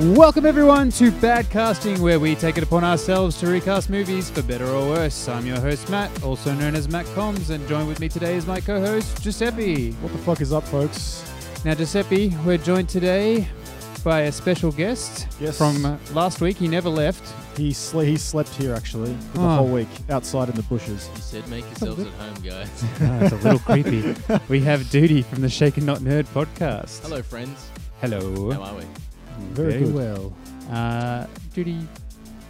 Welcome, everyone, to Bad Casting, where we take it upon ourselves to recast movies for better or worse. I'm your host, Matt, also known as Matt Combs, and joined with me today is my co host, Giuseppe. What the fuck is up, folks? Now, Giuseppe, we're joined today by a special guest Yes. from uh, last week. He never left. He sle- he slept here actually for the Oh. whole week outside in the bushes. You said make yourselves at home, guys. Ah, it's a little creepy. We have Duty from the Shaken Not Nerd podcast. Hello, friends. Hello. How are we? Very good. well. Uh, Judy,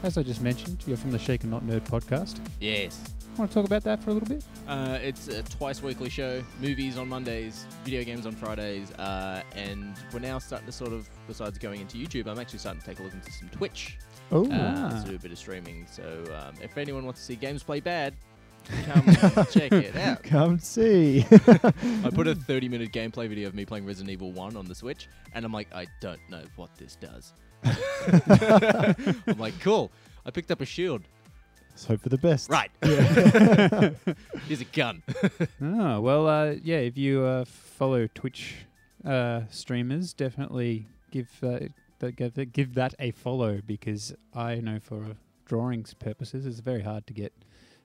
as I just mentioned, you're from the Shaken Not Nerd podcast. Yes. Want to talk about that for a little bit? Uh, it's a twice weekly show. Movies on Mondays, video games on Fridays, uh, and we're now starting to sort of, besides going into YouTube, I'm actually starting to take a look into some Twitch Oh, uh, Ah. to do a bit of streaming. So um, if anyone wants to see games play bad, come check it out. come see. I put a 30 minute gameplay video of me playing Resident Evil 1 on the Switch, and I'm like, I don't know what this does. I'm like, cool. I picked up a shield. Let's hope for the best. Right. Here's a gun. Oh, well, uh, yeah, if you uh, follow Twitch uh, streamers, definitely give, uh, that, give, that- give that a follow because I know for uh, drawings purposes, it's very hard to get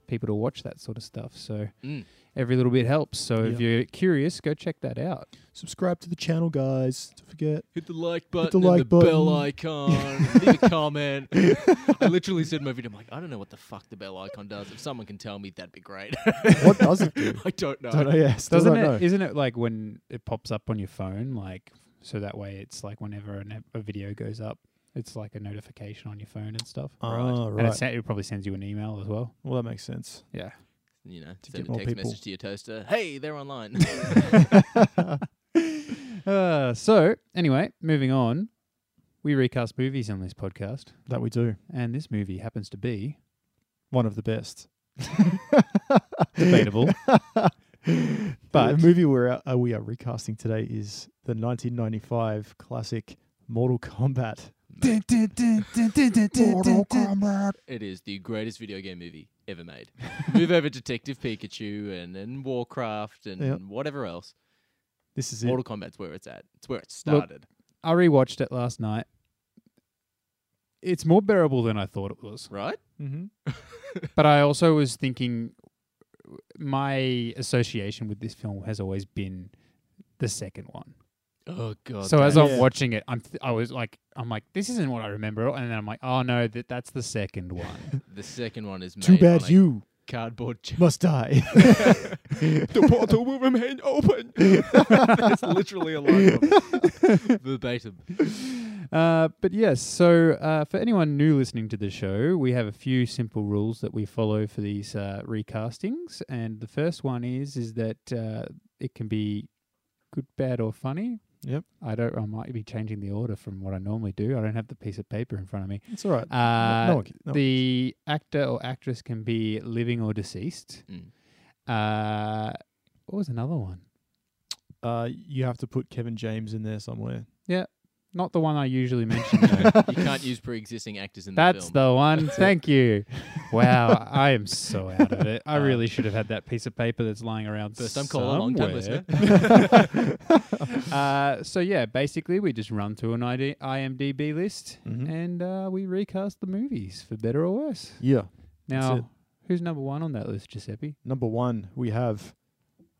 people to watch that sort of stuff. So Mm. every little bit helps. So if Yep. you're curious, go check that out. Subscribe to the channel, guys. Don't forget. Hit the like button, the like and the bell button. icon, Um, leave a comment. I literally said in my video, I'm like, I don't know what the fuck the bell icon does. If someone can tell me, that'd be great. What does it do? I don't know. don't know. Yeah, still Doesn't don't it? know. Isn't it like when it pops up on your phone, like so that way it's like whenever an, ep- a video goes up, it's like a notification on your phone and stuff. Ah, And right. it, sa- it probably sends you an email as well. Well, that makes sense. Yeah. You know, To send get a more text people. message to your toaster. Hey, they're online. Uh, so anyway, moving on, we recast movies on this podcast, That we do. and this movie happens to be One of the best. debatable. But But- the movie we're uh, we are recasting today is the 1995 classic Mortal Kombat. Kombat. it is the greatest video game movie ever made. Move over Detective Pikachu and then Warcraft and Yep. whatever else. This is it. Mortal Kombat's where it's at. It's where it started. I rewatched it last night. It's more bearable than I thought it was. Right? Mm-hmm. But I also was thinking my association with this film has always been the second one. Oh god. so as damn. I'm Yeah. watching it, I'm th- I was like I'm like this isn't what I remember and then I'm like oh no that that's the second one. the second one is made Too bad on a you cardboard chip. must die. the portal will remain open. That's literally a line from verbatim. uh, but yes, so uh, for anyone new listening to the show, we have a few simple rules that we follow for these uh, recastings and the first one is is that uh, it can be good, bad or funny. Yep. I don't. I might be changing the order from what I normally do. I don't have the piece of paper in front of me. It's all right. Uh, no, one can- no, the actor or actress can be living or deceased. Mm. Uh, what was another one? uh, you have to put Kevin James in there somewhere. Not the one I usually mention. though. You can't use pre-existing actors in the That's film. the one. Thank you. Wow, I am so out of it. I Uh, really should have had that piece of paper that's lying around. First time caller, long time somewhere. listener. uh, so yeah, basically we just run through an ID- IMDb list Mhm. and uh, we recast the movies for better or worse. Yeah. That's it. Now, who's number one on that list, Giuseppe? Number one, we have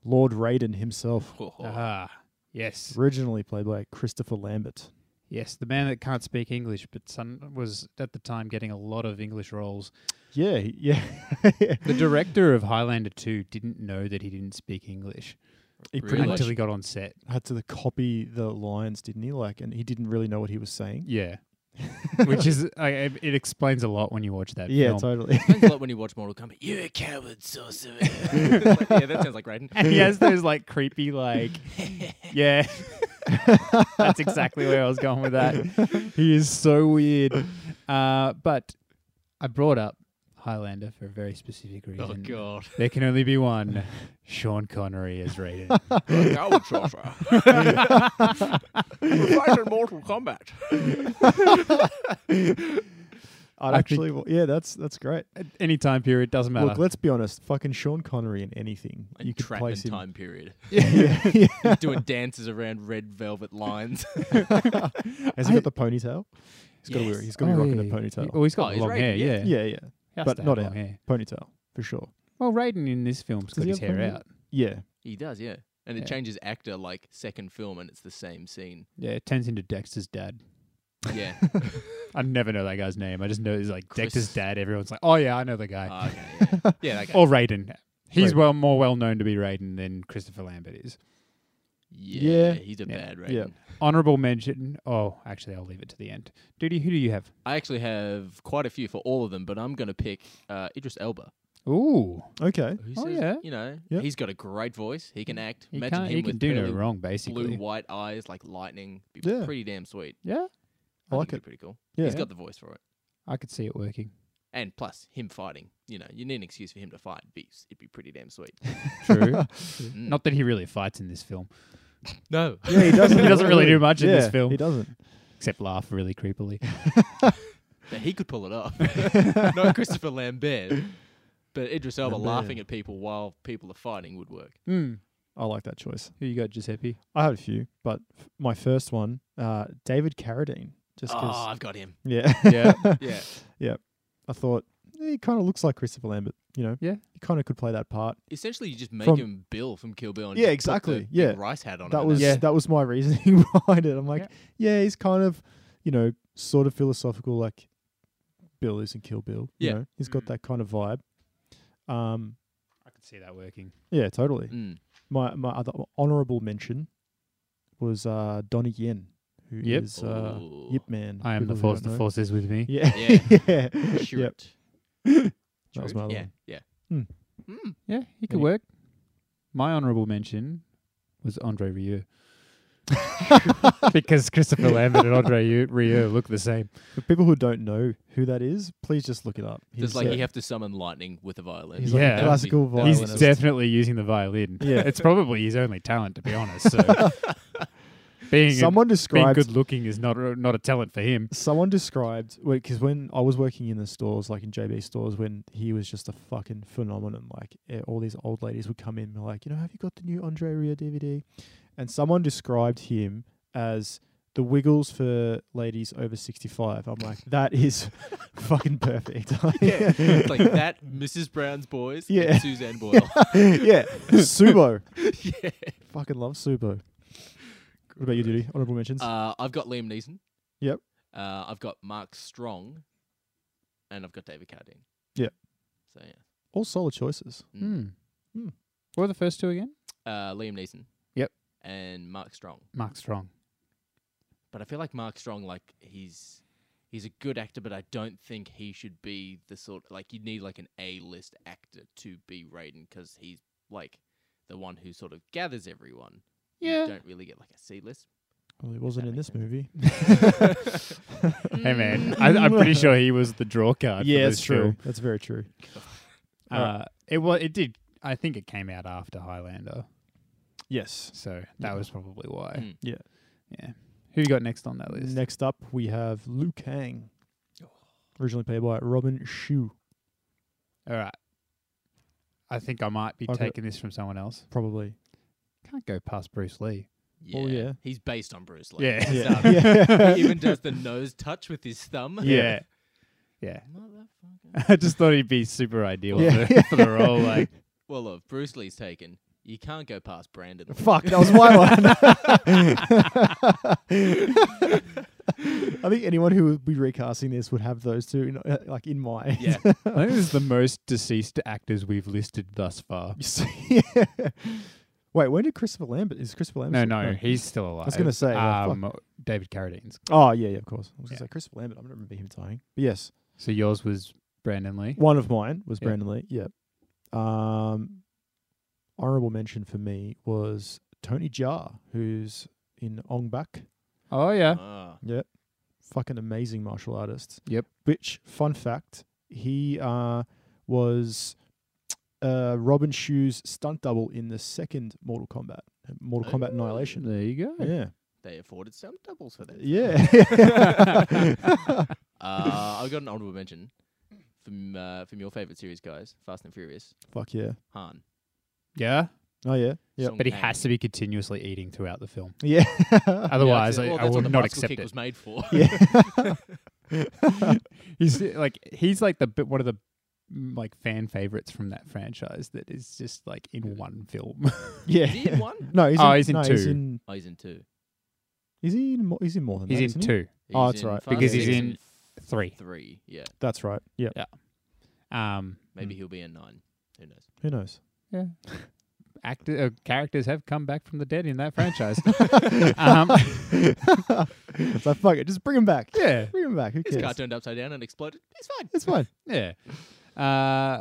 Lord Raiden himself, Ah, yes, originally played by Christopher Lambert. yes, the man that can't speak English, but son was at the time getting a lot of English roles. Yeah, he- yeah. The director of Highlander Two didn't know that he didn't speak English he pretty Really? much until he got on set. had to copy the lines, didn't he? Like, and he didn't really know what he was saying. Yeah, which is I, I- it explains a lot when you watch that. yeah, film. totally. Sounds like when you watch Mortal Kombat. You're a coward, sorcerer. Like, yeah, that sounds like Raiden. and he has those like creepy like yeah that's exactly where i was going with that he is so weird uh, but i brought up highlander for a very specific reason Oh god. there can only be one sean connery as raiden You're a coward, sorcerer. Fight in Mortal Kombat. I'd I actually, wa- yeah, that's that's great. At any time period doesn't matter. Look, let's be honest. Fucking Sean Connery in anything, you could Entrapment place him. time period. yeah, yeah. Doing dances around red velvet lines. Has he I- got the ponytail? He's got to wear. Yes. He's got to be rocking yeah, a yeah. ponytail. Oh, he's Oh, got he's long Raiden, hair. Yeah, yeah. yeah, yeah, He has but to not have out. long hair. ponytail for sure. Well, Raiden in this film's Does got he his have hair long hair? out. Yeah, he does, yeah. And Yeah. it changes actor like second film and it's the same scene. Yeah, it turns into Dexter's dad. Yeah. I never know that guy's name. I just know it's like Chris- Dexter's dad. Everyone's like, oh yeah, I Oh, know the guy. Ah, okay, yeah. yeah, that guy. or Raiden. He's Raiden. well more well known to be Raiden than Christopher Lambert is. Yeah, Yeah. he's a Yeah. bad Raiden. Yeah. Honorable mention. Oh, actually, I'll leave it to the end. Duty, who do you have? I actually have quite a few for all of them, but I'm going to pick uh, Idris Elba. Ooh, okay. Who Oh, yeah. You know, Yep. he's got a great voice. He can act. he Imagine can't. him He can with do no pearly wrong, blue basically. white eyes like lightning. Be Yeah. pretty damn sweet. Yeah, I like think it'd it. be Pretty cool. Yeah, He's got the voice for it. I could see it working. And plus, him fighting. You know, you need an excuse for him to fight. Be, it'd be pretty damn sweet. True. Mm. Not that he really fights in this film, no. yeah, he doesn't. He doesn't really do much in this Yeah, film. He doesn't. except laugh really creepily. But he could pull it off. no Christopher Lambert. But Idris Elba Lambert. laughing at people while people are fighting would work. Hmm. I like that choice. Who you got, Giuseppe? I had a few, but f- my first one, uh, David Carradine. Just oh, Ah, 'cause- I've got him. yeah, Yeah. Yeah. I thought eh, he kind of looks like Christopher Lambert. You know, Yeah. he kind of could play that part. Essentially, you just make From- him Bill from Kill Bill. And Yeah, just put the exactly. big Yeah. rice hat on. him That and was that's- that was my reasoning behind it. I'm like, yeah. he's kind of, you know, sort of philosophical, like Bill is in Kill Bill. Yeah. you know, he's got Mm. that kind of vibe. Um, I could see that working. yeah, totally. Mm. My my other honorable mention was uh, Donnie Yen, who is Yep. uh, Ooh. Yip Man. I am people the who force. don't The know. force is with me. Yeah, Yeah. yeah. Shoot. Yep, that was my other yeah, one. yeah. Hmm. Mm. Yeah, he could Any- work. My honourable mention was Andre Rieu. because Christopher Lambert and Andre Rieu- Rieu look the same. For people who don't know who that is, please just look it up. Does like uh, you have to summon lightning with a violin? he's like a That would be- classical that would be He's Violinist. sick. definitely using the violin. Yeah. It's probably his only talent, to be honest. So being, someone being described good looking is not a, not a talent for him. someone described because when I was working in the stores, like in JB stores, when he was just a fucking phenomenon. Like eh, all these old ladies would come in, and be like, you know, have you got the new Andre Ria DVD? And someone described him as the Wiggles for ladies over sixty-five. I'm like, that is fucking perfect. Yeah, it's like that. Mrs. Brown's boys. and Yeah. Suzanne Boyle. yeah, Subo. yeah. Fucking love Subo. What about you, Diddy? Honorable mentions. Uh, I've got Liam Neeson. Yep. Uh, I've got Mark Strong, and I've got David Carradine. Yep. So yeah. All solid choices. Mm. Hmm. Hmm. What were the first two again? Uh, Liam Neeson. Yep. And Mark Strong. Mark Strong. But I feel like Mark Strong, like he's he's a good actor, but I don't think he should be the sort like you need like an A list actor to be Raiden because he's like the one who sort of gathers everyone. Yeah. You don't really get like a C list. Well, he wasn't That in makes this movie. Hey man, Mm. I, I'm pretty sure he was the draw card. for this film. That's very true. All right. Uh, it was. It did. I think it came out after Highlander, Yes. so that Yeah. was probably why. Mm. Yeah. Yeah. Who you got next on that list? Next up, we have Liu Kang, originally played by Robin Shu, All right. I think I might be I've got- taking this from someone else. probably. Can't go past Bruce Lee. Yeah. Oh, yeah. He's based on Bruce Lee. Yeah. He's, Yeah. um, Yeah. he even does the nose touch with his thumb. Yeah. Yeah. Motherfucker. I just thought he'd be super ideal Yeah. for, for the role. Like, Well, look, Bruce Lee's taken. You can't go past Brandon. Lee. Fuck, that was my one. I think anyone who would be recasting this would have those two, in, uh, like in mind. Yeah. I think this is the most deceased actors we've listed thus far. You see- yeah. Wait, when did Christopher Lambert? Is Christopher Lambert? No, still- no, he's still alive. gonna say, yeah, fuck. um, David Carradine's. Oh yeah, yeah, of course. I was Yeah. gonna say Christopher Lambert. I don't remember him dying. But yes, So yours was Brandon Lee. One of mine was Yeah. Brandon Lee. Yeah. Um, honorable mention for me was Tony Jaa, who's in Ong Bak. Oh yeah, Ah. Fucking amazing martial artist. Yep. Which, fun fact, he uh, was uh, Robin Shu's stunt double in the second Mortal Kombat, Mortal Kombat Oh. Annihilation. there you go. Yeah. They afforded some doubles for that. Yeah. Uh, I got an honorable mention from uh, from your favorite series, guys, Fast and Furious. Fuck yeah. Han. Yeah, Oh yeah. Yeah. Song but he Kang. has to be continuously eating throughout the film. Yeah. Yeah, Otherwise, I, well, I that's what would the not bicycle accept kick it. Was made for. yeah. He's uh, like he's like the bit- one of the mm, like fan favorites from that franchise that is just like in one film. yeah. Is he in one? No, he's Oh, in, he's in no, He's two. in, Oh, he's in two. is he in more, he's in more than he's that, in isn't he? two, Oh, He's that's in right. Fast Because and he's Furious in three. three. Yeah, That's right. Yeah. Um, maybe he'll be in nine. Who knows? Who knows? yeah. Actor, uh, characters have come back from the dead in that franchise. um, It's like fuck it, just bring him back. yeah, Bring him back. Who His car cares? turned upside down and exploded. It's fine. It's fine. yeah. Uh,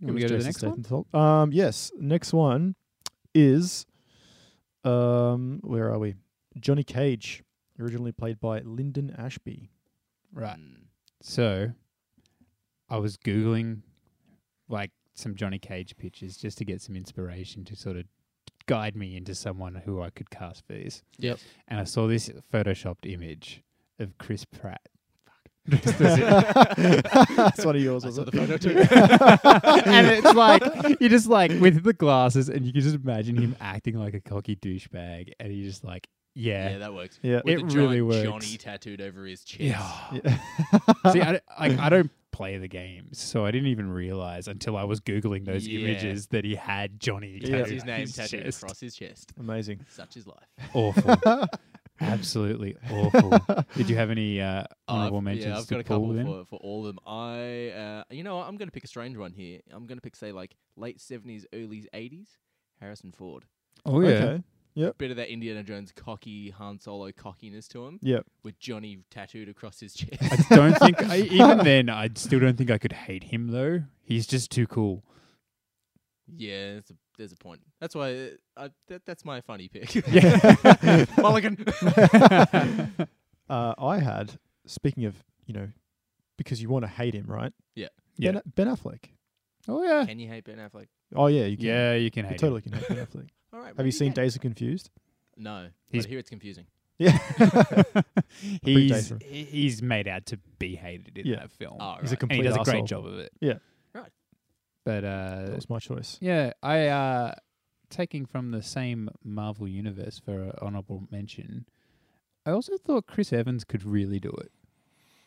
It can we was go to the Jason next one? Statham's fault. Um, yes. Next one is, um, where are we? Johnny Cage, originally played by Lyndon Ashby. Right. Mm. So, I was googling like some Johnny Cage pictures just to get some inspiration to sort of guide me into someone who I could cast for this. Yep. And I saw this photoshopped image of Chris Pratt. That's one of yours, I was saw it? the photo too. and it's like you just like with the glasses, and you can just imagine him acting like a cocky douchebag, and he's just like, yeah, yeah, that works. Yeah. With It the really giant works. Johnny tattooed over his chest. yeah. Yeah. See, I, don't- like, I don't play the games, so I didn't even realize until I was googling those Yeah. images that he had Johnny Yeah. That's tattooed his on name his tattooed chest. across his chest. Amazing. Such is life. Awful, absolutely awful. Did you have any uh, honorable I've- mentions Yeah, I've got to a pull couple in? for, for all of them. I, uh, you know, what, I'm going to pick a strange one here. I'm going to pick, say, like late seventies, early eighties. Harrison Ford. Oh yeah, Okay. Bit of that Indiana Jones cocky Han Solo cockiness to him, Yep. with Johnny tattooed across his chest. I don't think I, even then I still don't think I could hate him though. He's just too cool. yeah, that's a, there's a point. That's why uh, I, that, that's my funny pick. Yeah. Mulligan. Uh, I had speaking of you know, because you want to hate him, right? Yeah. Yeah. Ben, ben Affleck. oh yeah. Can you hate Ben Affleck? Oh yeah, you can. Yeah, you can you hate him. totally can hate Ben Affleck. All right. Have you seen Days of Confused? No, He's- but here it's confusing. Yeah. pretty he's different. he- he's made out to be hated in Yeah. that film. Oh, He's a right. and he complete does a great arsehole. job of it. Yeah. Right. But That uh, was my choice. yeah, I uh, taking from the same Marvel universe for an honorable mention. I also thought Chris Evans could really do it.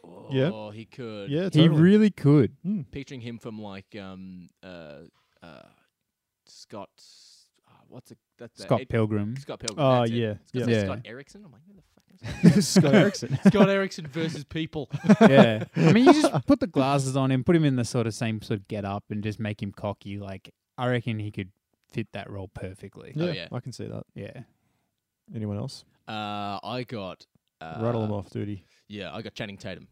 Oh, Yeah. he could. Yeah, He totally. really could. Mm. picturing him from like um uh uh Scott uh, what's it that's Scott it, Pilgrim. Scott Pilgrim. Oh that's it. yeah, It's got Yeah. yeah. Yeah. Scott Erickson. I'm like, who the fuck is Scott Erickson. that? Scott Erickson versus people. yeah. I mean, you just put the glasses on him, put him in the sort of same sort of get up, and just make him cocky. Like, I reckon he could fit that role perfectly. Oh, yeah. I can see that. Yeah. Anyone else? Uh, I got uh, Rattle them off, duty. Yeah, I got Channing Tatum.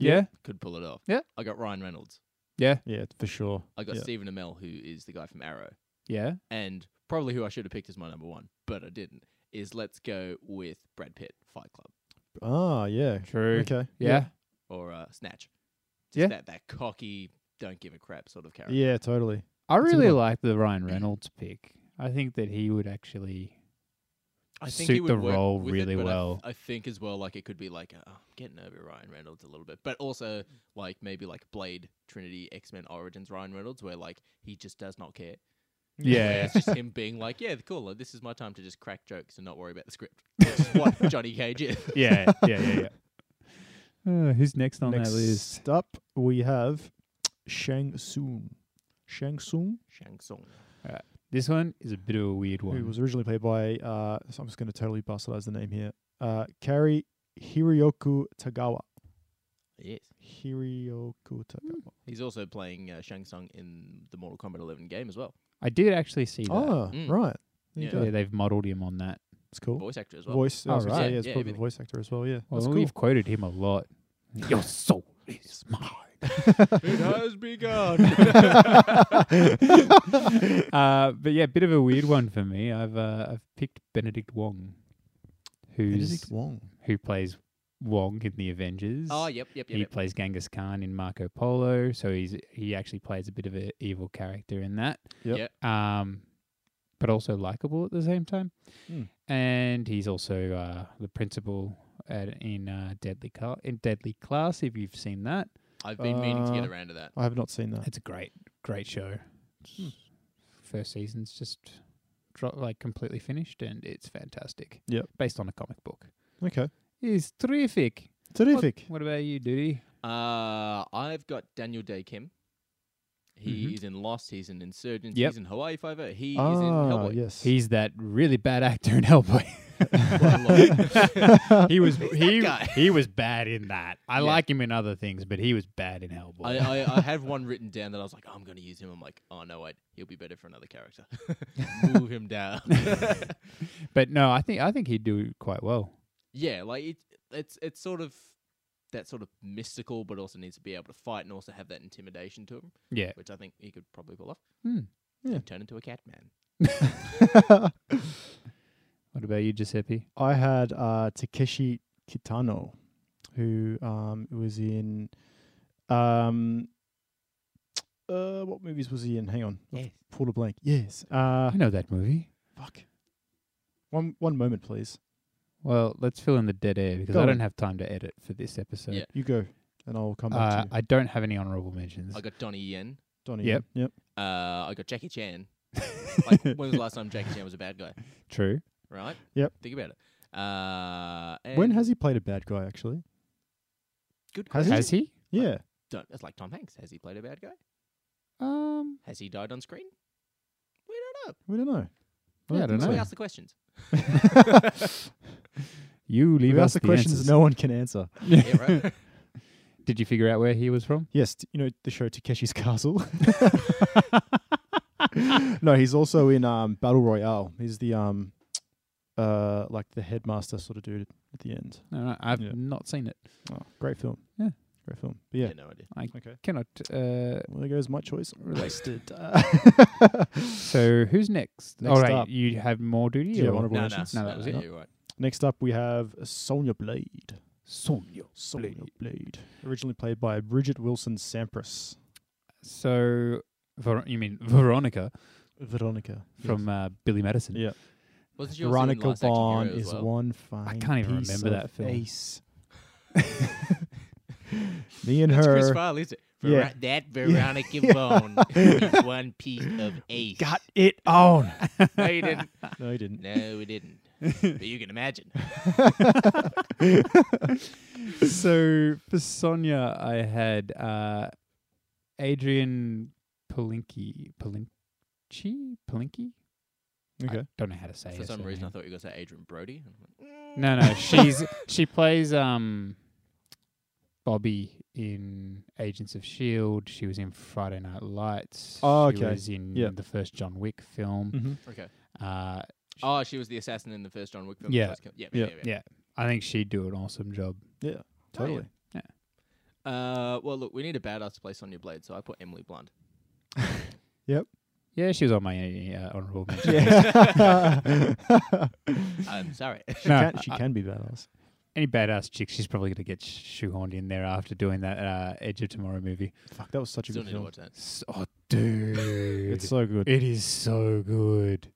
Yeah. Could pull it off. Yeah. I got Ryan Reynolds. Yeah. Yeah, for sure. I got Yeah. Stephen Amell, who is the guy from Arrow, Yeah. and probably who I should have picked as my number one, but I didn't. Is let's go with Brad Pitt, Fight Club, Ah, yeah. True. Okay. Yeah. or uh, Snatch. Just Yeah. that that cocky, don't give a crap sort of character. Yeah, totally. I It's a good really one. like the Ryan Reynolds pick. I think that he would actually. I suit he would the work role with it, really but I th- well. I, think as well, like it could be like uh, I'm getting over Ryan Reynolds a little bit, but also like maybe like Blade Trinity X Men Origins Ryan Reynolds, where like he just does not care. Where Yeah. it's just him being like, yeah, cool. uh, This is my time to just crack jokes and not worry about the script. Which is what Johnny Cage is. yeah. Yeah. Yeah. Yeah. Uh, who's next on Next that list? up, we have Shang Soon. Shang Soon, Shang Tsung. This one is a bit of a weird one. who was originally played by, uh, so I'm just going to totally bastardize the name here, uh, Kari Hiryoku Tagawa. Yes. Hiryoku Tagawa. He's also playing uh, Shang Tsung in the Mortal Kombat 11 game as well. I did actually see that. Oh, Mm. right. There you Yeah. Yeah, go. they've modelled him on that. It's cool. Voice actor as well. Voice. I Oh, was gonna say, right. yeah, it's Yeah, probably everything. the voice actor as well. Yeah, Well, that's cool. we've quoted him a lot. Your soul is mine. It has begun. uh, but yeah, bit of a weird one for me. I've uh, I've picked Benedict Wong, who's Benedict Wong. who plays Wong in the Avengers. oh, yep, yep, yep. He yep. plays Genghis Khan in Marco Polo, so he's he actually plays a bit of an evil character in that. Yep. Um, but also likable at the same time. Hmm. And he's also uh, the principal at, in uh, Deadly Car- in Deadly Class. If you've seen that, I've been meaning to get Uh, around to that. I have not seen that. it's a great, great show. First season's just dro- like completely finished, and it's fantastic. Yep. based on a comic book. Okay. It's terrific. Terrific. What, what about you, Duty? Uh, I've got Daniel Day Kim. He Mhm. is in Lost. He's in Insurgent. Yep. He's in Hawaii Five O. He is in ah, Hellboy. yes. He's that really bad actor in Hellboy. he was he guy. he was bad in that. I Yeah. like him in other things, but he was bad in Hellboy. I, I, I had one written down that I was like, oh, I'm going to use him. I'm like, oh no, wait, he'll be better for another character. Move him down. but no, I think I think he'd do quite well. yeah, like it, it's it's sort of that sort of mystical, but also needs to be able to fight and also have that intimidation to him, Yeah. which I think he could probably pull off. Hmm. Yeah. And turn into a cat man. What about you, Giuseppe? I had uh, Takeshi Kitano, who um, was in. Um, uh, what movies was he in? Hang on, I've Yes. pulled a blank. Yes. Uh, I know that movie. fuck. One one moment, please. Well, let's fill in the dead air because Go I on. don't have time to edit for this episode. Yeah. You go, and I'll come back Uh, to you. I don't have any honorable mentions. I got Donnie Yen. Donnie. yep. Yep. Uh, I got Jackie Chan. like, when was the last time Jackie Chan was a bad guy? True. Right? Yep. Think about it. Uh, When and has he played a bad guy? Actually. good has question. Has he? Yeah. Don't, it's like Tom Hanks. Has he played a bad guy? Um. Has he died on screen? We don't know. We don't know. Yeah, I don't think So we know. ask the questions. You leave We us asked the questions answers. no one can answer. yeah, right. Did you figure out where he was from? Yes, t- you know the show Takeshi's Castle. no, he's also in um, Battle Royale. He's the um, uh, like the headmaster sort of dude at the end. No, no, I've Yeah. not seen it. Oh, great film. Yeah. great film. But yeah, no idea. okay. Cannot. Uh, Well, there goes my choice. Wasted. so who's next? Next All right, up. you have more duty. Do you have or- honorable No, no, mentions? No, that was it. You're right. Next up, we have Sonya Blade. Sonya. Sonya Blade. Blade. originally played by Bridget Wilson Sampras. So, Ver- you mean Veronica Veronica from uh, Billy Madison? Yeah. Wasn't she also in Veronica Last Action Hero Vaughn as is well? one fine. can't even piece remember of that film. Face. Me and That's Chris her Farley, is it? Vero- Yeah. That Veronica Vaughn is one piece of ace. got it on. No, you didn't. no, you didn't. No, we didn't. But you can imagine. so for Sonia, I had uh, Adrian Palinki, Palinki, Palinki. I Okay. don't know how to say. For her some reason, I surname. thought you were going to say Adrian Brody. And I'm like, Mm. No, no, she's she plays um Bobby in Agents of Shield. E She was in Friday Night Lights. Oh, She okay. was in Yep. the first John Wick film. Mm-hmm. Okay. Uh, Oh, she was the assassin in the first John Wick film. Yeah. First kill- Yeah. Yeah. Yeah. yeah, yeah, I think she'd do an awesome job. Yeah, totally. yeah. Uh, well, look, we need a badass to play Sonya Blade, so I put Emily Blunt. Yeah, she was on my uh, honorable mention. Yeah. I'm sorry. she No, can, she can be badass. Any badass chick, she's probably going to get sh- shoehorned in there after doing that uh, Edge of Tomorrow movie. Fuck, that was such a Still good need to film. watch that. S- oh, dude. It's so good. It is so good.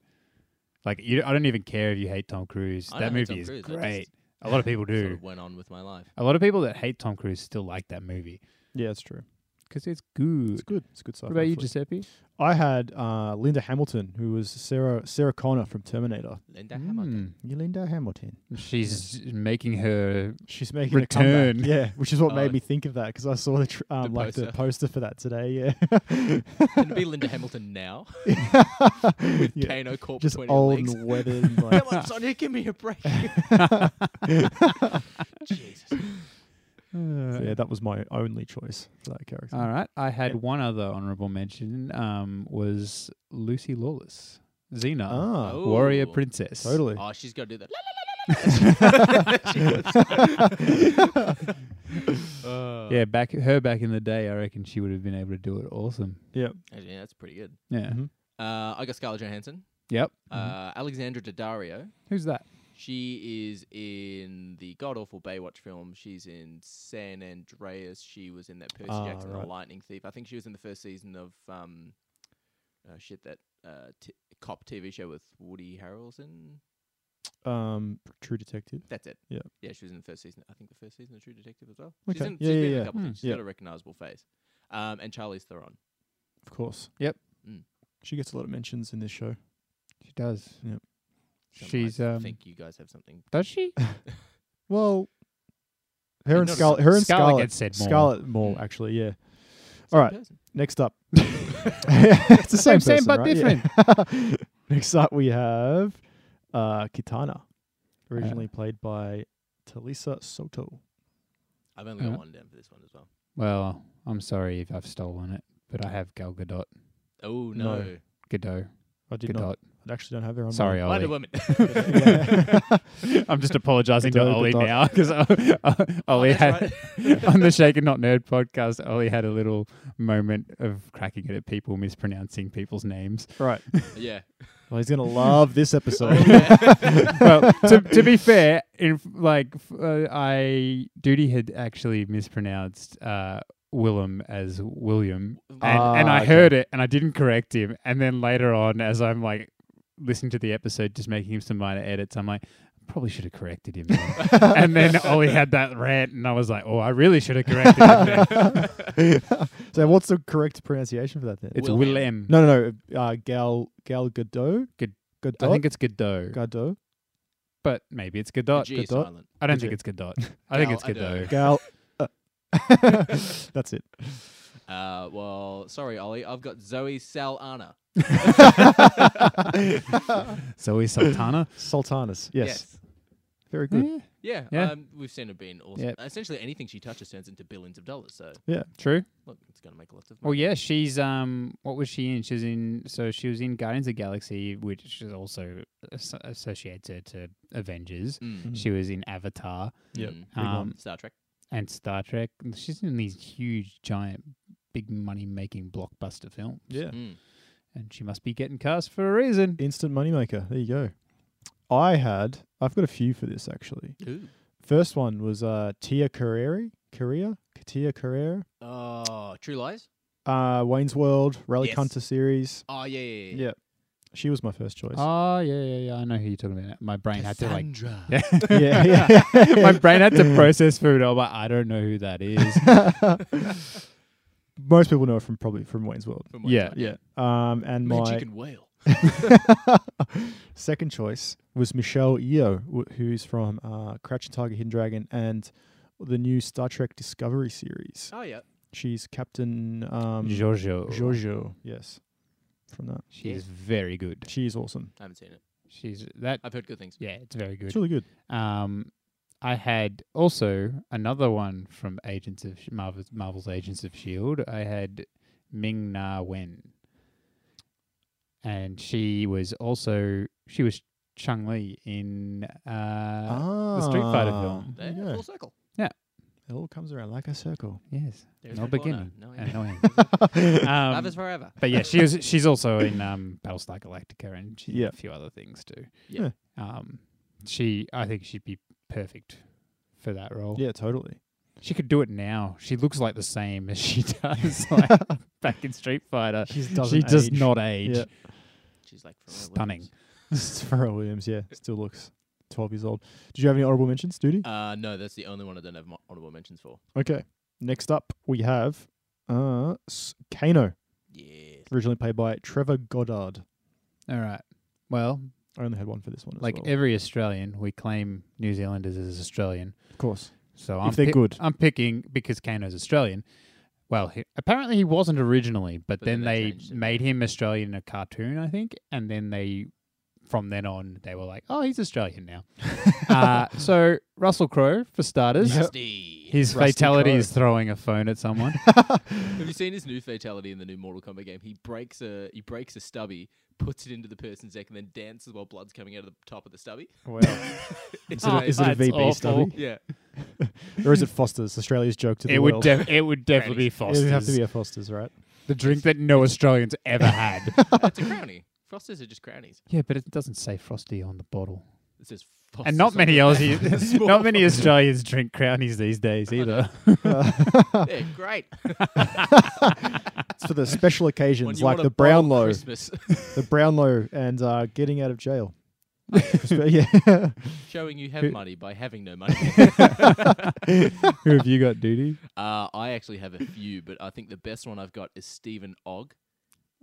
Like you, I don't even care if you hate Tom Cruise. I that don't hate movie Tom is Cruise, I just great. A lot of people Sort do. of went on with my life. A lot of people that hate Tom Cruise still like that movie Yeah, it's true. because it's It's good. good. It's good stuff. What about you, Giuseppe? I had uh, Linda Hamilton, who was Sarah Sarah Connor from Terminator. Linda Mm. Hamilton. You Linda Hamilton. Hmm. She's making her. She's making a Return. comeback. Yeah, which is what Oh. made me think of that because I saw the tr- um, like the poster poster. for that today. Can it be Linda Hamilton now? Yeah, With Yeah. Kano Corp just between her old legs. and weathered. and, Come Like, on, Sonya, give me a break. Jesus. so yeah, that was my only choice for that character. uh, Uh, All right, I had Yep. one other honorable mention. Um, was Lucy Lawless, Xena, Ah, Oh. warrior Ooh. princess. totally. Oh, she's got to do that. Yeah, back her back in the day, I reckon she would have been able to do it. Awesome. yeah. Actually, yeah, that's pretty good. Yeah. Mhm. Uh, I got Scarlett Johansson. Yep. Mm-hmm. Uh, Alexandra Daddario. Who's that? She is in the god awful Baywatch film. She's in San Andreas. She was in that Percy Ah, Jackson, and right. the Lightning Thief. I think she was in the first season of um, uh, oh shit, that uh, t- cop TV show with Woody Harrelson. um, True Detective. That's it. Yeah. Yeah, she was in the first season. I think the first season of True Detective as well. She's Okay. in, Yeah, she's yeah, been in yeah. a couple Hmm. things. She's Yeah. got a recognizable face. Um, and Charlie's Theron. Of course. Yep. Mm. She gets a lot of mentions in this show. She does. So She's, I um, think you guys have something. Does she? Well, her You and notice Scarlet. Her and Scarlet Scarlet. gets said more. Mm. Scarlet more actually. Yeah. Same right. person. Next up, it's the same, Same, same, person, but right? different. Next up, we have uh, Kitana, originally Ah. played by Talisa Soto. I've only Uh, got one down for this one as well. Well, I'm sorry if I've stolen it, but I have Gal Gadot. Oh no. no, Godot. I did not. Godot. I actually don't have her on. my- Sorry, Wonder Ollie. Woman. I'm just apologising to Godot, Ollie Godot. now because Ollie Oh, that's had right. on the Shaken Not Nerd podcast. Ollie had a little moment of cracking it at people mispronouncing people's names. Right. yeah. Well, he's gonna love this Oh, episode. yeah. well, to, to be fair, in f- like f- uh, I duty had actually mispronounced uh, Willem as William, and, Uh, and Ah, I okay. heard it, and I didn't correct him, and then later on, as I'm like listening to the episode, just making him some minor edits, I'm like. Probably should have corrected him, then." and then Ollie had that rant, and I was like, "Oh, I really should have corrected him." Then. so, what's the correct pronunciation for that then? It's Willem. Willem. No, no, no. Uh, Gal Gal Gadot. Gad- Gadot. I think it's Godot, Gadot. but maybe it's The Godot. G is Godot. silent. I don't Did think you? it's Godot. I think Gal it's Godot. Gadot. Gal. uh. That's it. Uh, well, sorry, Ollie. I've got Zoe Sal Anna. Zoe Sultana. Sultanas. Yes. Very good. yeah, Yeah. Yeah. Um, we've seen her being awesome. Yep. Essentially, anything she touches turns into billions of dollars. So true. look, it's gonna make lots of money. Well, Oh, yeah, she's um, what was she in? She's in. So she was in Guardians of the Galaxy, which is also as- associates her to Avengers. Mm. She was in Avatar Yep. Mm. Hmm. Big one. um, Star Trek. and Star Trek. She's in these huge, giant, big money making blockbuster films. Yeah. Mm. and she must be getting cast for a reason. Instant moneymaker. There you go. I had. I've got a few for this actually. Ooh. First one was uh, Tia Carrere. Carrera. Tia Carrera. Oh, True Lies. Uh, Wayne's World. Rally Yes. Hunter series. Oh yeah, yeah, yeah. Yeah. Ah. She was my first choice. Oh yeah, yeah, yeah. I know who you're talking about. My brain had to like, Cassandra. yeah, yeah. yeah. my brain had to process food. I'm like, I don't know who that is. Most people know her from probably from Wayne's World. From Yeah, Wayne's World. Yeah. Um, and Man, she my can wail. second choice was Michelle Yeoh, wh- who's from uh, Crouching Tiger, Hidden Dragon, and the new Star Trek Discovery series. Oh yeah. She's Captain um, Jojo. Jojo. Yes, from that. She's very good. She's awesome. I haven't seen it. She's that. I've heard good things. Yeah, it's very It's good. really good. Um, I had also another one from Agents of Sh- Marvel's, Marvel's Agents of Shield. I had Ming Na Wen, and she was also she was Chung Li in uh, ah, Street Fighter film. There There, you Full go. circle. It all comes around like a circle. yes, There's No corner, beginning No and end. no end. Love Um, is forever. but yeah, she was she's also in um, Battlestar Galactica and she, Yeah. a few other things too. Yeah. Um, she I think she'd be perfect for that role. Yeah, totally. She could do it now. She looks like the same as she does like back in Street Fighter. She's she does not age. Yeah. She's like Pharrell Stunning. Williams. Pharrell Williams. Yeah, still looks twelve years old. Did you have any honorable mentions, Duty? Uh, no, that's the only one I don't have mo- honorable mentions for. Uh. Okay. Next up, we have uh S- Kano, Yes. originally played by Trevor Goddard. All right. Well, I only had one for this one. As like eh, well. every Australian, we claim New Zealanders as Australian. of course, So If I'm they're good. I'm picking because Kano's Australian. Well, he, apparently he wasn't originally, but, then, they, changed it. made him Australian in a cartoon, I think, and then they, from then on, they were like, "Oh, he's Australian now." uh, so Russell Crowe, for starters, Rusty. his Rusty fatality Crowe. is throwing a phone at someone. Have you seen his new fatality in the new Mortal Kombat game? He breaks a he breaks a stubby, puts it into the person's neck, and then dances while blood's coming out of the top of the stubby. wow. It's Is it, a, amazing. is it a Oh, that's VB awful. stubby, yeah, or is it Foster's? Australia's joke to the it would world. def- it would definitely be It Foster's, would have to be a Foster's, right? the drink that no Australians ever had. it's a crownie. Frosters are just crownies. yeah, but it doesn't say Frosty on the bottle, It says and Frosters not on many the back. Aussies, Small not many Frosters. Australians drink Crownies these days either. Yeah, great. It's for the special When occasions you like want the a bottle of Brownlow, Christmas. the Brownlow, and uh, getting out of jail. Perspe- yeah. Showing you Who- have money by having no money. Who have you got, Duty? uh, I actually have a few, but I think the best one I've got is Stephen Ogg.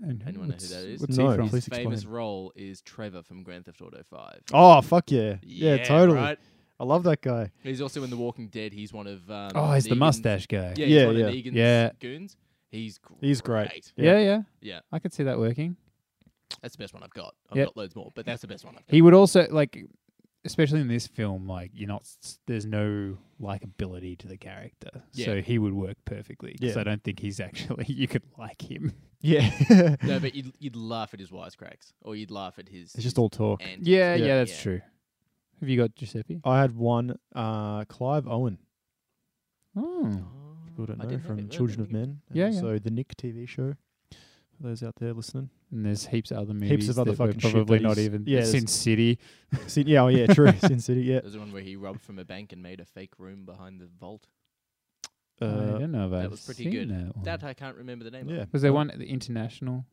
And Anyone know who what's- that is? What's No. he from? Please His famous explain. role is Trevor from Grand Theft Auto 5. Oh fuck yeah. Yeah, totally. right? I love that guy. He's also in The Walking Dead. He's one of. Um, Oh, he's the Negan's- mustache guy. Yeah, Yeah, he's one of yeah. Negan's Yeah. goons. He's great. He's great. yeah, yeah. Yeah. I could see that working. That's the best one I've got. I've Yep. got loads more, but that's the best one I've got. He would also like, especially in this film, like you're not. s- There's no likability to the character, Yeah. so he would work perfectly. 'cause Yeah. I don't think he's actually you could like him. Yeah. no, but you'd, you'd laugh at his wisecracks, or you'd laugh at his. it's just all talk. And Yeah, yeah, Yeah. that's true. Have you got Giuseppe? I had one uh Clive Owen, Hmm. Oh, people don't know, from Children of Men. and Yeah, yeah. Also the Nick TV show. For those out there listening. and there's heaps of other movies. Heaps of other that we're fucking shit that probably not he's- even. yeah, Sin there's- City. Sin- yeah, oh yeah, true. Sin City, yeah. There's one where he robbed from a bank and made a fake room behind the vault. I Uh, Oh, don't know if that I've was pretty seen good. That, one. That I can't remember the name yeah. of. was there one at the international.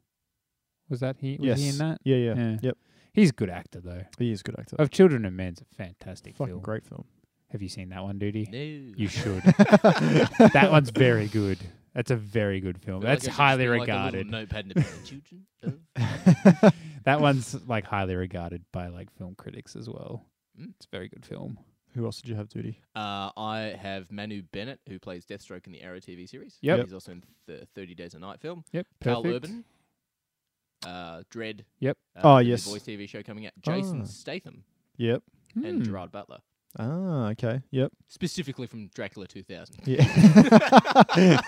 Was that he? Was yes. he in that? Yeah, yeah, Yeah. Yep. He's a good actor though. He is a good actor. Of Children of Men's a fantastic Fucking film. great film. Have you seen that one, Duty? No. You should. that one's very good. That's a very good film. I feel like I That's should just highly do, like, a little regarded. notepad and a pen. Children of that one's like highly regarded by like film critics as well. Mm. It's a very good film. Who else did you have, Duty? Uh, I have Manu Bennett, who plays Deathstroke in the Arrow TV series. Yep. He's also in the 30 Days a Night film. Yep. Carl perfect. Urban. Uh, Dread. Yep. Uh, Oh, the new yes. Boys TV show coming out. Jason Ah. Statham Yep. and Hmm. Gerard Butler. Ah, okay. Yep. Specifically from Dracula 2000. Yeah.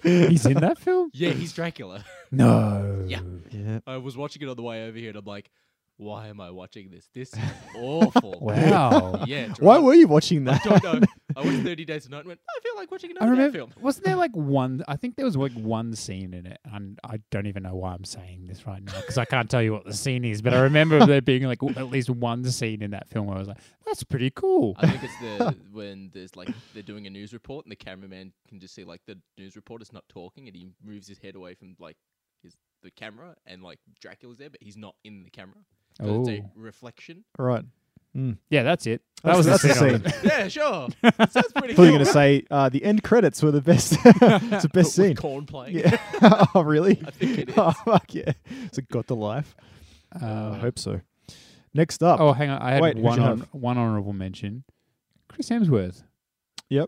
He's in that film? Yeah, he's Dracula. No. Yeah. yeah. I was watching it on the way over here and I'm like, why am I watching this? This is awful. Wow. Yeah. Gerard, Why were you watching I that? don't know. I watched 30 Days a Night and went, I feel like watching I another Dead remember. film. Wasn't there like one? I think there was like one scene in it, and I don't even know why I'm saying this right now because I can't tell you what the scene is. But I remember there being like w- at least one scene in that film where I was like, "That's pretty cool." I think it's the when there's like they're doing a news report and the cameraman can just see like the news reporter's not talking and he moves his head away from like his the camera and like Dracula's there but he's not in the camera. So it's a Oh. reflection. Right. Yeah, that's it. That That's- was that's the the scene. scene. yeah, sure. Sounds pretty I thought you were cool. going to say uh, the end credits were the best. it's the But best scene. With corn playing. Yeah. oh, really? I think it is. Oh, fuck yeah. So got the life. I, I uh, hope so. Next up. oh, hang on. I had Wait, who'd one you on, have? one honorable mention. Chris Hemsworth. Oh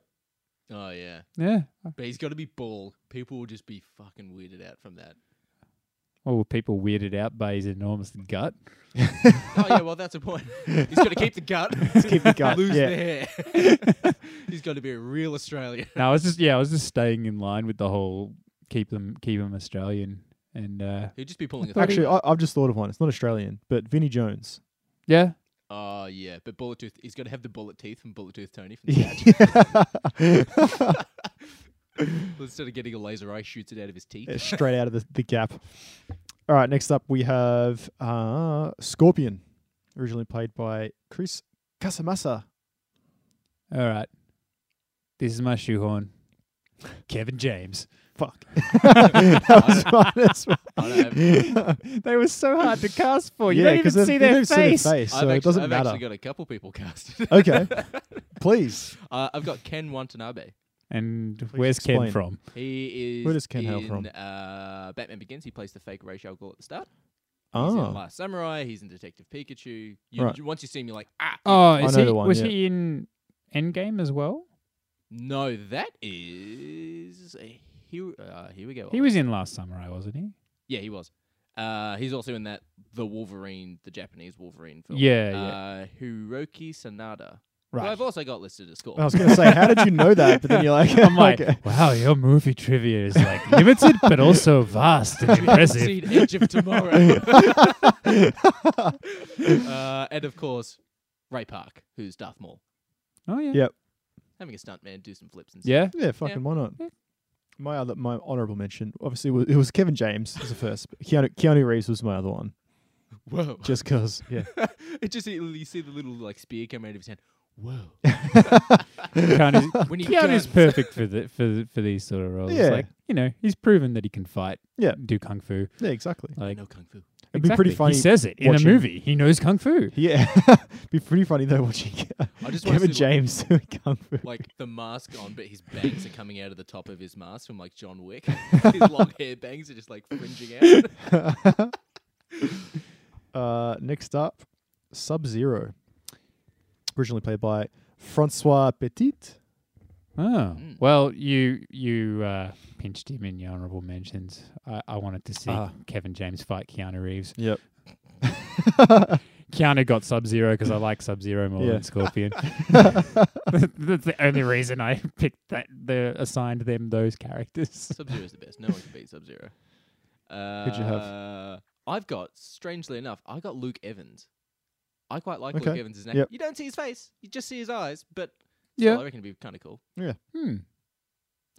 yeah. Yeah. But he's got to be bald. People will just be fucking weirded out from that. Well, were Oh, people weirded out by his enormous gut? Oh yeah, well that's a point. He's got to keep the gut. He's keep the gut, Lose yeah. the hair. he's got to be a real Australian. No, I was just yeah, I was just staying in line with the whole keep them keep them Australian and uh, He'd just be pulling. a Actually, I, thing. I've just thought of one. It's not Australian, but Vinnie Jones. yeah. Oh yeah, but bullet tooth. He's got to have the bullet teeth from Bullet Tooth Tony from the Yeah. Cat. Instead of getting a laser eye, shoots it out of his teeth. Straight out of the, the gap. All right. Next up, we have uh, Scorpion, originally played by Chris Casamassa. All right. This is my shoehorn. Kevin James. Fuck. that was mine as well. I don't have, They were so hard to cast for. You yeah, don't even 'cause they've- see you their don't see face. face, so I've actually, it doesn't I've matter. actually got a couple people casted. Okay. Please. uh, I've got Ken Watanabe. And Please where's Ken explain. from? He is. Where does Ken hail in, from? Uh, Batman Begins. He plays the fake Rachel Gore at the start. He's in Oh. Last Samurai. He's in Detective Pikachu. You, Right. you- once you see him, you're like, ah. Oh, I is know he, the one, was yeah. he in Endgame as well? No, that is a hero. Uh, here we go. He was in Last Samurai, wasn't he? Yeah, he was. Uh, he's also in that the Wolverine, the Japanese Wolverine film. Yeah, yeah. Uh, Hiroki Sanada. who Right. I've also got listed as score. I was going to say, how did you know that? But then you're like, I'm like, Uh, okay. wow, your movie trivia is like limited but also vast and impressive. seen Edge of Tomorrow. uh, and of course, Ray Park, who's Darth Maul, Oh yeah. Yeah. having a stuntman do some flips and stuff. Yeah. Yeah, fucking why not? My other, my honourable mention, obviously, was, it was Kevin James was the first. but Keanu, Keanu Reeves was my other one, Whoa! just because. Yeah, it just you see the little like spear come out of his hand. Whoa! Keanu's, When he Keanu's guns. perfect for the, for the, for these sort of roles. Yeah. Like you know, he's proven that he can fight. Yeah. Do kung fu. yeah, exactly. Like no kung fu. It'd be pretty funny. He says it in a watching- movie. He knows kung fu. yeah, be pretty funny though watching I just want Kevin to see like, James kung fu. like the mask on, but his bangs are coming out of the top of his mask from like John Wick. his long hair bangs are just like fringing out. uh, next up, Sub Zero, originally played by Francois Petit. Oh Mm. well, you you uh, pinched him in your honorable mentions. I, I wanted to see Ah. Kevin James fight Keanu Reeves. Yep. Keanu got Sub Zero because I like Sub Zero more Yeah. than Scorpion. That's the only reason I picked that. The assigned them those characters. Sub Zero is the best. No one can beat Sub Zero. Uh, you have? I've got, strangely enough, I got Luke Evans. I quite like Luke Okay. Evans' name. Yep. You don't see his face; you just see his eyes. But Yeah. still, I reckon it'd be kind of cool. Hmm.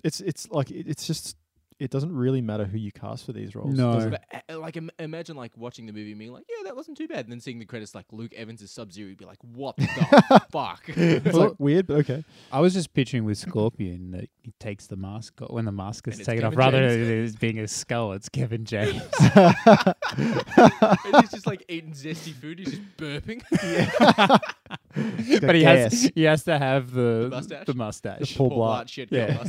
It's it's like it, it's just it doesn't really matter who you cast for these roles. No. does it? But uh, like, Im- imagine like watching the movie and being like, "Yeah, that wasn't too bad," and then seeing the credits like Luke Evans is Sub Zero, you'd be like, "What the fuck?" It's Well- like weird, but okay. I was just picturing with Scorpion that he takes the mask when the mask is And it's taken off. Kevin Rather James. than it being a skull, it's Kevin James. and he's just like eating zesty food. He's just burping. but he has he has to have the The mustache? The mustache. Paul Paul Blart. Blart shit yeah.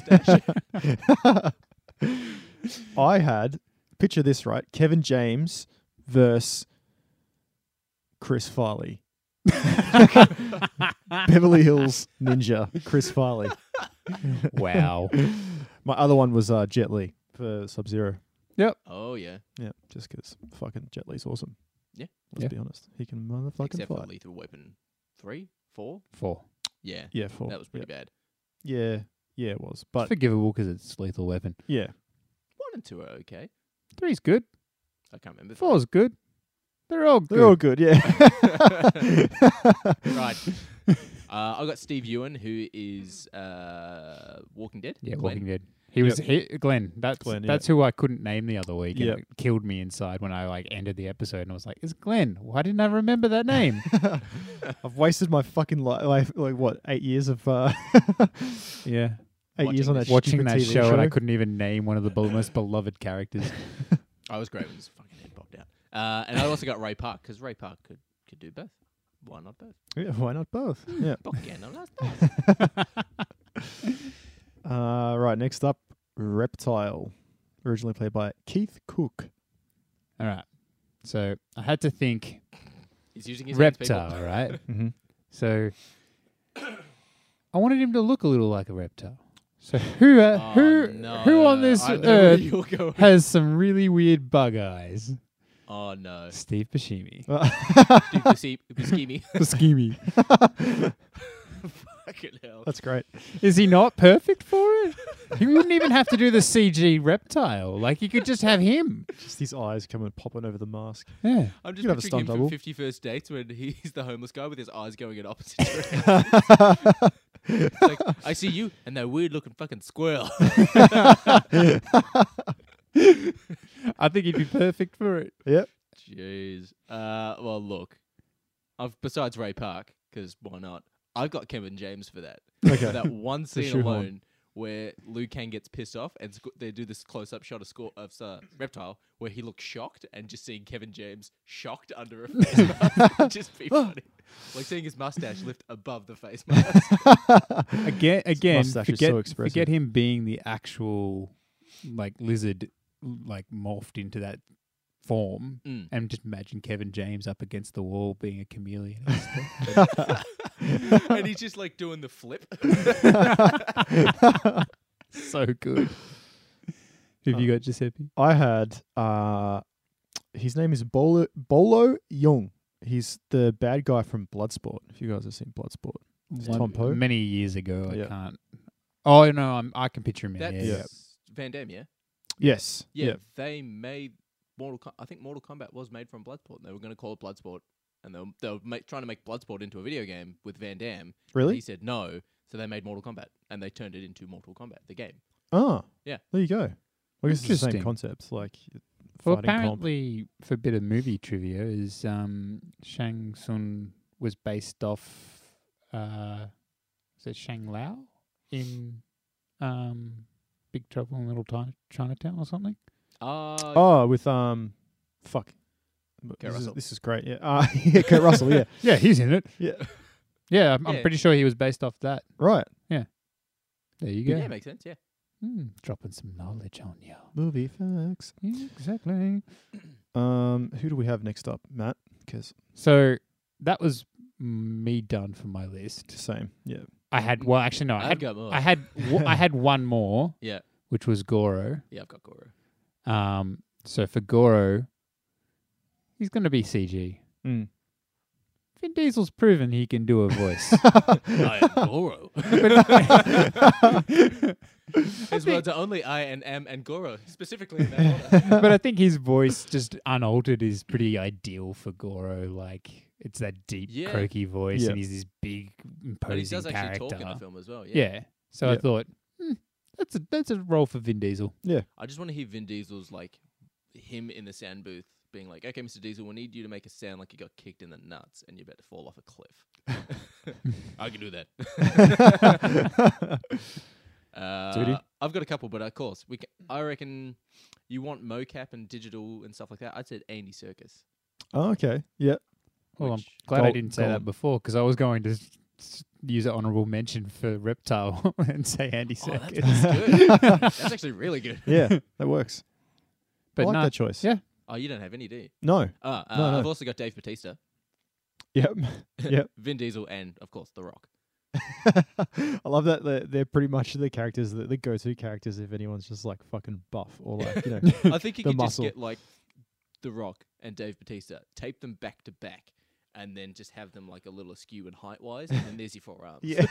Yeah. mustache. I had picture this right: Kevin James versus Chris Farley, Beverly Hills Ninja, Chris Farley. wow. My other one was uh, Jet Li for Sub Zero. oh yeah, Yeah, just 'cause fucking Jet Li's awesome. Yeah. let's Yeah. be honest, he can motherfucking except for fight. Lethal Weapon three, four. Four. Yeah, Yeah, four. that was pretty bad. yeah. yeah, yeah, it was. But But forgivable because it's lethal weapon. yeah, One and two are okay. Three's good. I can't remember. Four's good. They're all good. they're all good. Yeah, right. Uh, I got Steve Ewan, who is uh, Walking Dead. yeah, Glenn. Walking Dead. He was he, Glenn. That's Glenn, yeah. that's who I couldn't name the other week. and Yep. it killed me inside when I like ended the episode and I was like, "It's Glenn. Why didn't I remember that name?" I've wasted my fucking life, like, like what, eight years of uh, yeah, eight years Watching on this- that watching stupid that TV show, and I couldn't even name one of the be- most beloved characters. I was great when his fucking head popped out. Uh, and I also got Ray Park because Ray Park could, could do both. Why not both? Yeah, why not both? Yeah. Fucking hell, that's nice. Uh, right. Next up, Reptile, originally played by Keith Cook. all right, so I had to think He's using his hands, people. reptile, right? Mm-hmm. So I wanted him to look a little like a reptile. So who uh, Oh, who no. who on this I know where earth you're going. has some really weird bug eyes? Oh no. Steve Buscemi. Dude, Buscemi. Buscemi. Buscemi. fucking hell. That's great. Is he not perfect for it? He wouldn't even have to do the CG reptile. Like you could just have him. Just these eyes coming popping over the mask. Yeah. I'm just could have a picturing him stunt from double. Fifty First Dates when he's the homeless guy with his eyes going in opposite directions. It's like, I see you and that weird looking fucking squirrel. I think he'd be perfect for it. Yep. Jeez. Uh, well, look, I've besides Ray Park, 'cause why not? I've got Kevin James for that. For Okay. that one scene shoehorn. alone where Liu Kang gets pissed off, and sc- they do this close-up shot of, score- of uh, Reptile where he looks shocked, and just seeing Kevin James shocked under a face mask would just be funny. Like seeing his mustache lift above the face mask. Again again mustache is forget, so expressive. forget him being the actual like lizard like morphed into that form. Mm. And just imagine Kevin James up against the wall being a chameleon. and he's just like doing the flip. so good. Who have you got, Giuseppe? I had uh, his name is Bolo Bolo Young. He's the bad guy from Bloodsport. If you guys have seen Bloodsport, Tom One- Poe? Many years ago, I Yeah. can't. Oh no, I'm, I can picture him. now, That's yeah, yeah. Van Damme, yeah? yes, Yeah, they made Mortal. Com- I think Mortal Kombat was made from Bloodsport. And they were going to call it Bloodsport, and they were, they were ma- trying to make Bloodsport into a video game with Van Damme. and He really? said no, so they made Mortal Kombat, and they turned it into Mortal Kombat, the game. Ah, Yeah. There you go. Well, I guess it's the Interesting. same concepts, like Well, fighting comp. apparently, for a bit of movie trivia, is um, Shang Tsung was based off. Uh, is it Shang Lao in um, Big Trouble in Little Ti- Chinatown or something? Uh, Oh, with um, fuck, But this, Kurt is, Russell. this is great. Yeah, uh, yeah Kurt Russell. Yeah, Yeah, he's in it. Yeah. Yeah, I'm, I'm Yeah. pretty sure he was based off that. right. There you Yeah, go. makes sense. Yeah. Hmm, dropping some knowledge on you. Movie facts. Yeah, exactly. Um, who do we have next up, Matt? Because So that was me done for my list. same. Yeah. I had well, actually no, I I've had got more. I had w- I had one more, yeah, which was Goro. yeah, I've got Goro. Um, so for Goro, he's going to be CG. Mm. Vin Diesel's proven he can do a voice. I am Goro. His words are only I and M and Goro, specifically in that order. but I think his voice, just unaltered, is pretty ideal for Goro. Like it's that deep, Yeah. croaky voice, Yeah. and he's this big, But he imposing does actually character. talk in the film as well. Yeah. yeah. So I Yeah. thought hmm, that's a that's a role for Vin Diesel. I just want to hear Vin Diesel's like him in the sound booth being like, "Okay, Mr. Diesel, we need you to make a sound like you got kicked in the nuts and you're about to fall off a cliff." I can do that. Uh, Duty? I've got a couple, but of course, we. Can, I reckon you want mocap and digital and stuff like that. I'd say Andy Circus. oh, okay. Yeah. Well, I'm Which- glad I Gold- didn't say that gold. before because I was going to s- s- use an honorable mention for Reptile and say Andy Oh, that's, Serkis. that's good. that's actually really good. Yeah. That works. but I like no, that choice. yeah. Oh, you don't have any, do you? No. Ah, uh, No, no. I've also got Dave Batista, Yep. Yep. Vin Diesel, and of course The Rock. I love that they're, they're pretty much the characters that the go-to characters if anyone's just like fucking buff or like you know I think you The could muscle. just get like The Rock and Dave Batista, tape them back to back, and then just have them like a little askew and height wise, and then there's your forearms. yeah.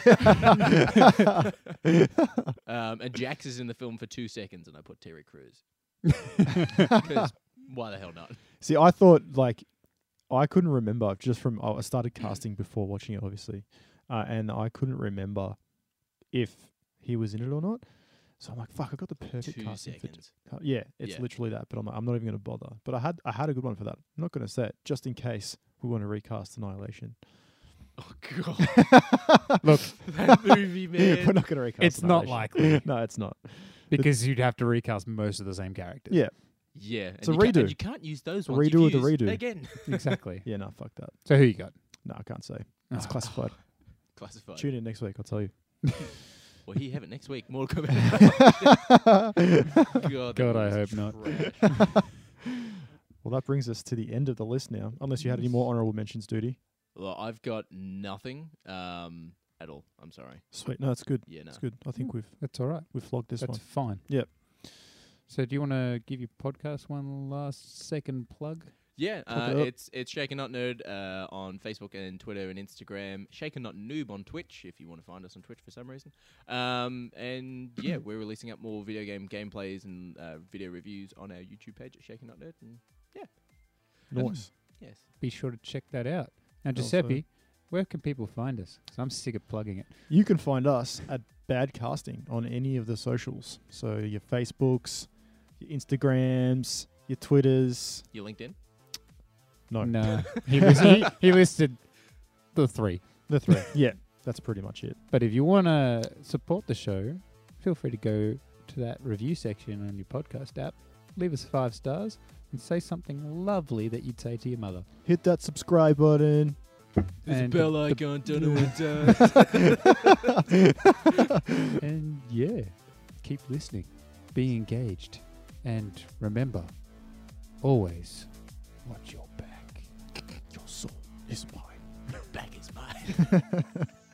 Um, and Jax is in the film for two seconds, and I put Terry Crews. 'Cause why the hell not? See, I thought like I couldn't remember just from oh, I started casting before watching it, obviously, uh, and I couldn't remember if he was in it or not. So I'm like, fuck, I got the perfect Two casting. For, seconds. uh, yeah, it's Yeah. literally that. But I'm like, I'm not even gonna bother. But I had I had a good one for that. I'm not gonna say it just in case we want to recast Annihilation. Oh god, Look, that movie, We're man. not gonna recast. it's not Annihilation. likely No, it's not. because you'd have to recast most of the same characters. Yeah, Yeah, and It's a you can't- and redo. you can't use those A ones. redo You've of the used redo. again. exactly. yeah, no, fuck that. So who you got? No, I can't say. Ah, It's Oh. classified. Classified. Tune in next week. I'll tell you. Well, here you have it next week. More coming. God, that God, I movie's hope not. trash. Well, that brings us to the end of the list now. Unless you had any more honorable mentions, duty. Well, I've got nothing um, at all. I'm sorry. Sweet. No, it's good. Yeah, no. It's good. I think we've That's all right. we've flogged this That's one. fine. Yep. So do you want to give your podcast one last second plug? Yeah, uh, it up. it's it's Shaken Not Nerd uh, on Facebook and Twitter and Instagram. Shaken Not Noob on Twitch if you want to find us on Twitch for some reason. Um, and yeah, we're releasing up more video game gameplays and uh, video reviews on our YouTube page at Shaken Not Nerd. And Nice. yes, Be sure to check that out. Now, Also- Giuseppe, where can people find us? 'Cause I'm sick of plugging it. You can find us at Bad Casting on any of the socials. So your Facebooks, your Instagrams, your Twitters. your LinkedIn. No, No, uh, he, lis- he, he listed the three. the three. yeah, that's pretty much it. But if you want to support the show, feel free to go to that review section on your podcast app, leave us five stars, and say something lovely that you'd say to your mother. Hit that subscribe button. There's And the- a bell the- icon. Don't know what it does. And yeah, keep listening, be engaged, and remember always watch your back. Your soul is mine. Back is mine.